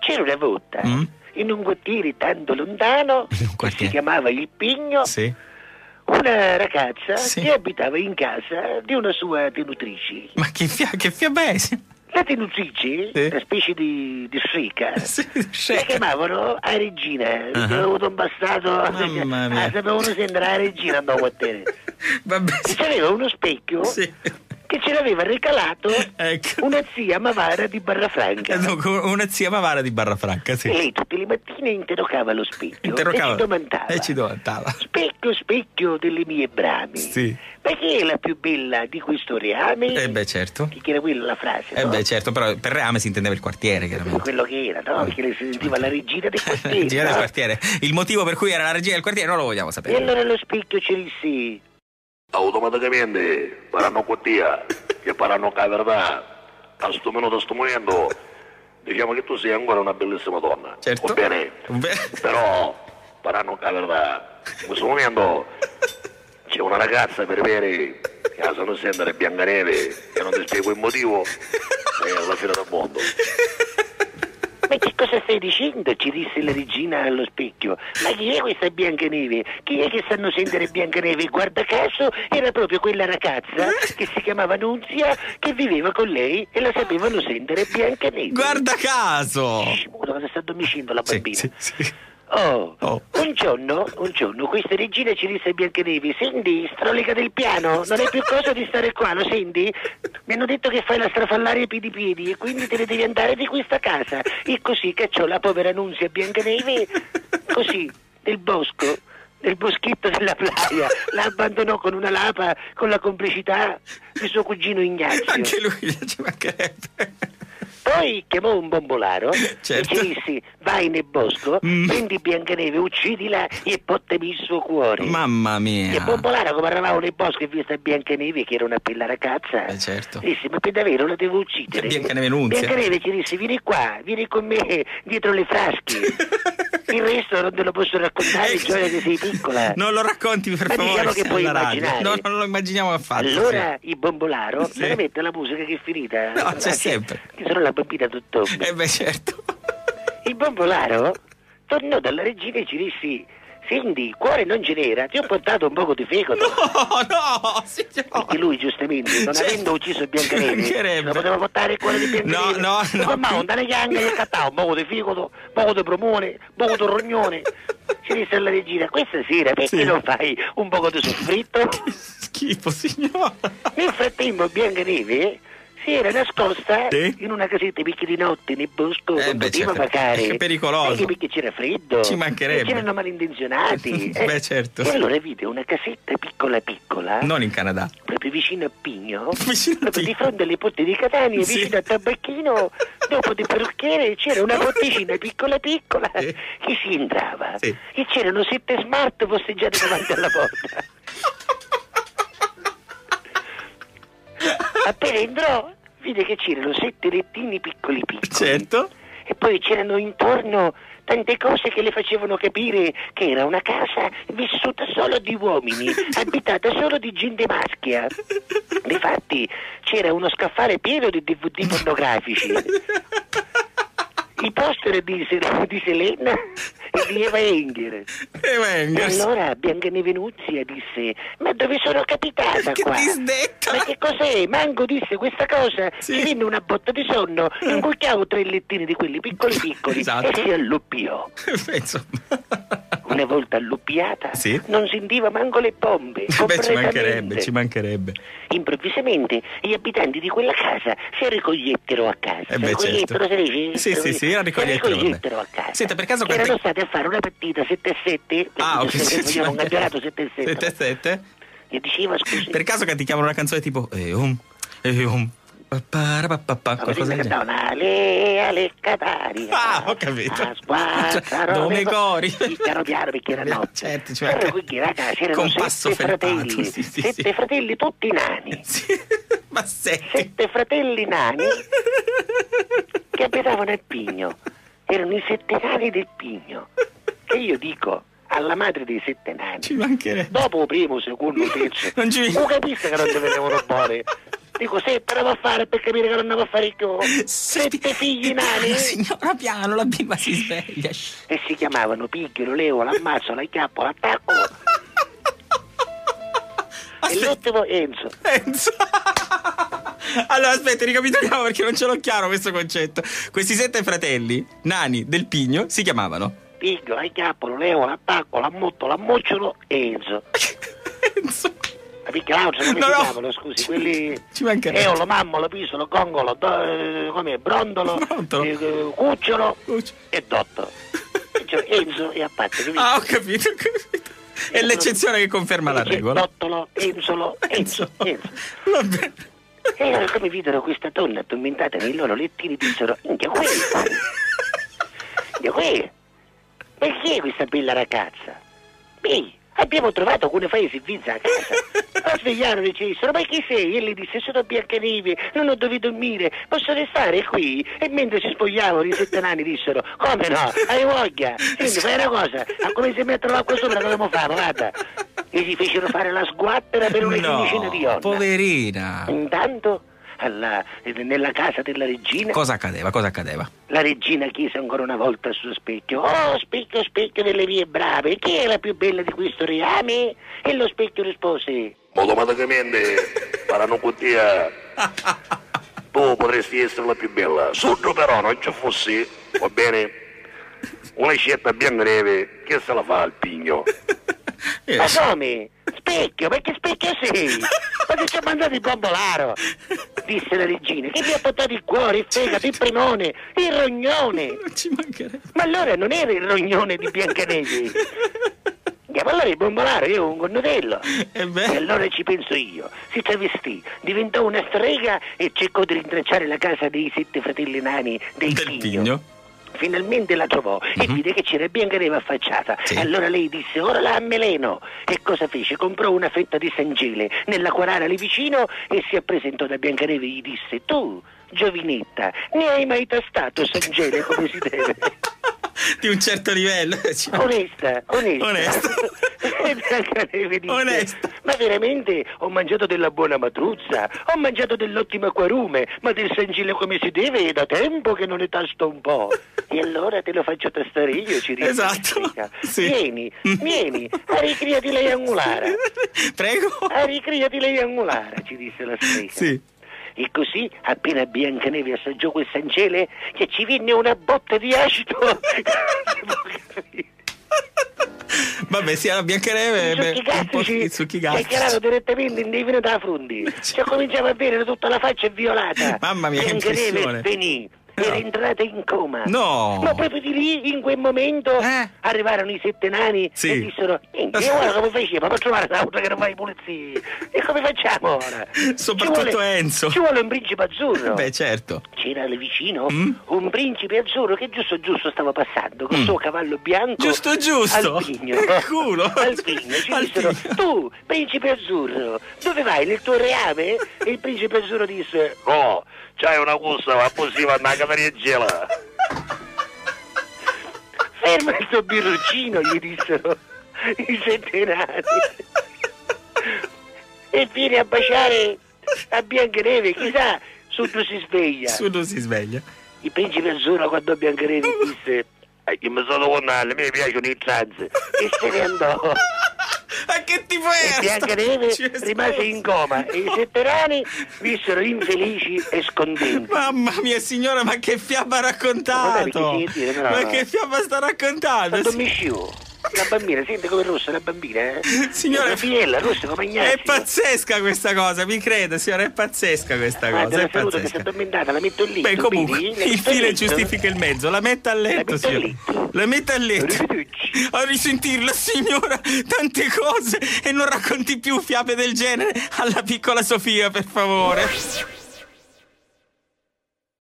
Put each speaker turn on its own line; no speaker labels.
C'era una volta
Mm?
in un quartiere tanto lontano
In un
che si
quartiere.
chiamava Il Pigno
Sì.
una ragazza
Sì.
che abitava in casa di una sua tenutrice.
Ma che, fia- che fiabe è? Sì.
La tenutrice,
Sì.
una specie di, di sfica,
Sì,
la
shake.
chiamavano a regina,
Ah.
perché ho avuto un bastardo,
Mamma mia.
ah, sapevano sembrare a regina andavo a quartiere.
Vabbè,
E
sì.
C'aveva uno specchio
sì.
che ce l'aveva regalato
Ecco.
una zia Mavara di Barrafranca.
Eh, dunque, Una zia Mavara di Barrafranca, sì.
E lei tutte le mattine interrogava lo specchio
Interrogava.
e ci domandava.
E ci domandava.
Specchio, specchio delle mie brami.
Sì.
Ma chi è la più bella di questo reame?
Eh beh, certo.
Che era quella la frase,
Eh
no?
beh, certo, però per Reame si intendeva il quartiere, chiaramente.
Quello che era, no? Perché lei si sentiva la regina del
La
quartiere.
Eh. regina del
no?
quartiere. Il motivo per cui era la regina del quartiere non lo vogliamo
E
sapere.
allora lo specchio ci disse...
Automáticamente, para no cuatía, que para no caer verdad, a sto minuto, a sto momento, diciamo che tu sei ancora una bellissima donna.
Certo.
Va bene,
Beh,
però, para no caer verdad, in questo momento c'è una ragazza per bene che la sanno sentire Biancaneve e non ti spiego il motivo, è la fine del mondo.
Ma che cosa stai dicendo? Ci disse la regina allo specchio. Ma chi è questa Biancaneve? Chi è che sanno sentire Biancaneve? Guarda caso, era proprio quella ragazza
Eh?
che si chiamava Nunzia che viveva con lei e la sapevano sentire Biancaneve.
guarda caso!
Shh, muto, cosa sta dormicendo la
Sì,
bambina?
sì, sì.
Oh,
Oh.
Un, giorno, un giorno questa regina ci disse a Biancaneve Senti, strolica del piano, non è più cosa di stare qua, lo senti? Mi hanno detto che fai la strafallare ai piedi piedi e quindi te ne devi andare di questa casa E così cacciò la povera Nunzia Biancaneve Così, nel bosco, nel boschetto della playa La abbandonò con una lapa, con la complicità di suo cugino Ignazio
Anche lui ci mancherebbe.
poi chiamò un bombolaro
Certo.
e gli dissi vai nel bosco,
Mm.
prendi Biancaneve, uccidila e pottami il suo cuore.
Mamma
E
mia.
bombolaro come eravamo nel bosco e vista Biancaneve che era una bella ragazza.
Eh, certo.
Disse ma per davvero la devo uccidere.
Biancaneve Nunzia.
Biancaneve ci disse vieni qua, vieni con me dietro le frasche. Il resto non te lo posso raccontare, gioia che sei piccola.
Eh, Non lo racconti per
Ma
favore.
diciamo che
alla
puoi
radio.
immaginare.
No, non lo immaginiamo affatto. sì.
Allora il bombolaro
Sì.
non le mette la musica che è finita.
No, c'è
Ah, sì.
sempre.
Che sono la bambina tutt'ombra.
Eh beh, certo.
Il bombolaro tornò dalla regina e ci dissi Senti, cuore non ce n'era, ti ho portato un poco di fecoto.
No, no, signore.
Perché lui giustamente, non
Certo.
avendo ucciso
Ci
Biancaneve,
mancherebbe.
non poteva portare il cuore di Biancaneve.
No, no, no.
Ma onda le chianche e cattava un poco di fecoto, poco di promone, poco di rognone. Ci disse alla regina, questa sera perché
Sì.
non fai un poco di soffritto?
Schifo, signora.
Nel frattempo Biancaneve si era nascosta
Sì.
in una casetta perché di notte nel bosco
Eh,
non
beh,
poteva
certo.
pagare.
È pericoloso.
Anche perché c'era freddo.
Ci mancherebbe.
E c'erano malintenzionati. eh.
Beh, certo.
E allora vide una casetta piccola piccola.
Non in Canada.
Proprio vicino a Pigno,
Vicino a
proprio di
Pigno.
fronte alle porte di Catania,
Sì.
vicino a Tabacchino, dopo del parrucchiere c'era una porticina piccola piccola
Sì.
che si entrava
Sì.
e c'erano sette smart posteggiati davanti alla porta. Appena entrò, vide che c'erano sette lettini piccoli piccoli.
Certo.
E poi c'erano intorno tante cose che le facevano capire che era una casa vissuta solo di uomini, abitata solo di gente maschia. Difatti c'era uno scaffale pieno di DVD pornografici. I poster di, Se- di Selena e di Eva Enger.
E
E
venga.
allora Biancaneve Nuzia disse: Ma dove sono capitata
Che
qua?
disdetta!
Ma che cos'è? Manco disse questa cosa.
Sì. Eh.
Ci venne una botta di sonno, inculchiavo tre lettini di quelli piccoli piccoli
Esatto.
e si alloppiò.
Beh, Insomma.
Una volta alloppiata,
Sì.
non sentiva manco le bombe.
Beh, ci
completamente.
mancherebbe, ci mancherebbe.
Improvvisamente gli abitanti di quella casa si ricogliettero a casa.
Eh beh,
ricogliettero,
certo.
si dice?
Sì, sì, sì, la ricogliettero,
Si ricogliettero a
vabbè.
casa.
Senta, per caso
Erano
quante-
stati a fare una partita 7 a 7.
Ah, ok. sì, ci
Un
mancherebbe.
campionato 7 a 7.
Sette e sette?
Gli diceva scusi.
Per caso cantichiamo una canzone tipo eh, um, Eum, Eum, parapapapà,
Ma
qualcosa
così
del
cantava
genere?
una Lea Leccataria.
Ah, ho capito.
A squarciarone-
Cioè, nome e cori.
Sì, Piano piano perché era notte.
Certo, ci
Allora,
manca-
Eh, quindi, raga, c'erano
Con passo
sette
felpato,
fratelli.
sì, sì,
sette
sì.
fratelli tutti nani.
Sì, ma sette.
Sette fratelli nani che abitavano a Pigno. Erano i sette nani del Pigno. Che io dico alla madre dei sette nani.
Ci mancherebbe.
Dopo primo, secondo, terzo.
Non ci-
capisco che non ti vedevano bene. Ti Dico, se però va a fare per capire che non ne va a fare più. Sette figli nani.
La signora piano, la bimba si sveglia. shh.
E si chiamavano Piglio, Leo, l'ammazzo, la chiappo, l'attacco.
Ah,
E
Aspetta,
l'ultimo Enzo.
Enzo. Allora, aspetta, ricapitoliamo perché non ce l'ho chiaro questo concetto. Questi sette fratelli, nani del Pigno, si chiamavano
Piglio, la chiappo, Leo, l'attacco, l'ammotto, l'ammocciolo e Enzo.
Enzo.
La piccola Ausa, come
No,
si
no.
chiamano, scusi, quelli...
Ci mancherebbe.
Eolo, mammolo, pisolo, gongolo, do- eh, com'è, brondolo,
Brondolo.
eh, eh, cucciolo
Cuccio.
e dotto. E c'è Enzo e a parte, capito?
Ah, ho capito, ho capito. È l'eccezione che conferma la
C'è
regola.
Dottolo, Enzolo, Enzo, Enzo.
Va bene.
E allora come videro questa donna addormentata nei loro lettini dissero, India qui, India qui, ma chi è questa bella ragazza? Ehi, abbiamo trovato alcune faesi vizza a casa. La svegliarono e ci dissero, ma chi sei? E lei disse, sono Biancaneve, non ho dovuto dormire, posso restare qui? E mentre si spogliavano i sette nani dissero, come no, hai voglia? Senti, fai una cosa, a come si mettono l'acqua sopra, dobbiamo fare, guarda. E si fecero fare la sguattera per una quindicina di
No,
ore.
poverina.
Intanto, alla- nella casa della regina,
Cosa accadeva? Cosa accadeva?
la regina chiese ancora una volta al suo specchio: Oh, specchio, specchio delle vie brave, chi è la più bella di questo reame? E lo specchio rispose:
Automaticamente faranno cutia. Tu potresti essere la più bella. Suddo però non ci fossi, va bene? Una scelta bianca neve, che se la fa al pigno?
Eh,
Ma come? Specchio, perché specchio sei? Ma che ci ha mandato il bombolaro? Disse la regina: Che vi ha portato il cuore, il fegato, il primone, il rognone?
non ci mancherebbe.
Ma allora non era il rognone di Biancaneve. E allora il bombolaro io un connotello.
E
E
beh,
allora ci penso io. Si travestì, diventò una strega e cercò di rintracciare la casa dei sette fratelli nani dei
del
Pigno.
Pigno. Mhm.
Finalmente la trovò e vide che c'era Biancaneve affacciata.
Sì.
Allora lei disse: Ora la ammeleno. E cosa fece? Comprò una fetta di sangele nella quarara lì vicino e si appresentò da Biancaneve e gli disse: Tu, giovinetta, ne hai mai tastato sangele come si deve?
Di un certo livello. Ci-
Onesta, onesta. Eh,
Onesta.
E Biancaneve disse,
Onesta.
Ma veramente ho mangiato della buona matruzza, ho mangiato dell'ottima quarume, ma del sangile come si deve è da tempo che non ne tasto un po'. E allora te lo faccio tastare io, ci riesco.
Esatto, sì.
Vieni, vieni, a ricriati lei angulara.
Prego.
A ricriati lei angulara, ci disse la strega.
Sì.
E così, appena Biancaneve assaggiò quel sangele, che ci venne una botta di acido.
Vabbè, sì, la Biancaneve. eh, beh,
I
un po'
succhi
di succhi
ci è chiarato
gastrici.
direttamente in divino da frundi. Ci cominciava a vedere tutta la faccia violata.
Mamma mia, che impressione.
Biancaneve venì. Era
No.
entrata in coma.
No.
Ma proprio di lì, in quel momento,
Eh.
arrivarono i sette nani
Sì.
e dissero: "Niente, E ora come faceva? Per trovare l'auto che non fa i pulizie. E come facciamo ora?
Soprattutto
Ci vuole-
Enzo.
Ci vuole un principe azzurro.
Beh, certo.
C'era lì vicino
Mm?
un principe azzurro che giusto giusto stava passando con
Mm.
suo cavallo bianco.
Giusto, giusto.
Al pigno.
Che culo.
Al pigno. Ci
Al
dissero,
pigno.
tu, principe azzurro, dove vai? Nel tuo reame? e il principe azzurro disse,
No, c'hai una cussa, ma così va una canaria gela.
ferma il tuo birruccino, gli dissero i settenari. e vieni a baciare a Biancaneve, chissà, sotto si sveglia.
Nessuno si sveglia.
Il principe azzurro guardò Biancaneve e disse...
E io Eh, mi sono connato, a me piacciono i trans.
E se ne andò.
Ma che tipo
E
è?
Biancaneve
Certo, Ci è
rimase in
esploso.
coma e i setterani vissero infelici e scontenti.
Mamma mia signora, ma che fiaba ha
Vabbè,
raccontato!
perché si deve dire, però-
Ma che fiaba sta
Ma
raccontando?
dormi scivo. La bambina, sente come rossa la bambina, eh?
Signora-
La figliella, rossa come Ignazio.
È pazzesca questa cosa, mi creda signora, è pazzesca questa
Guarda,
cosa,
Ah, la
è
saluto che si è
pazzesca.
addormentata, la metto lì.
Beh,
tu
comunque,
vedi? La
il
metto
fine
lì.
giustifica il mezzo, la metta a letto,
metto a
signora.
letto.
La metta a letto.
Arrivederci.
A risentirla, signora, tante cose e non racconti più fiabe del genere alla piccola Sofia, per favore.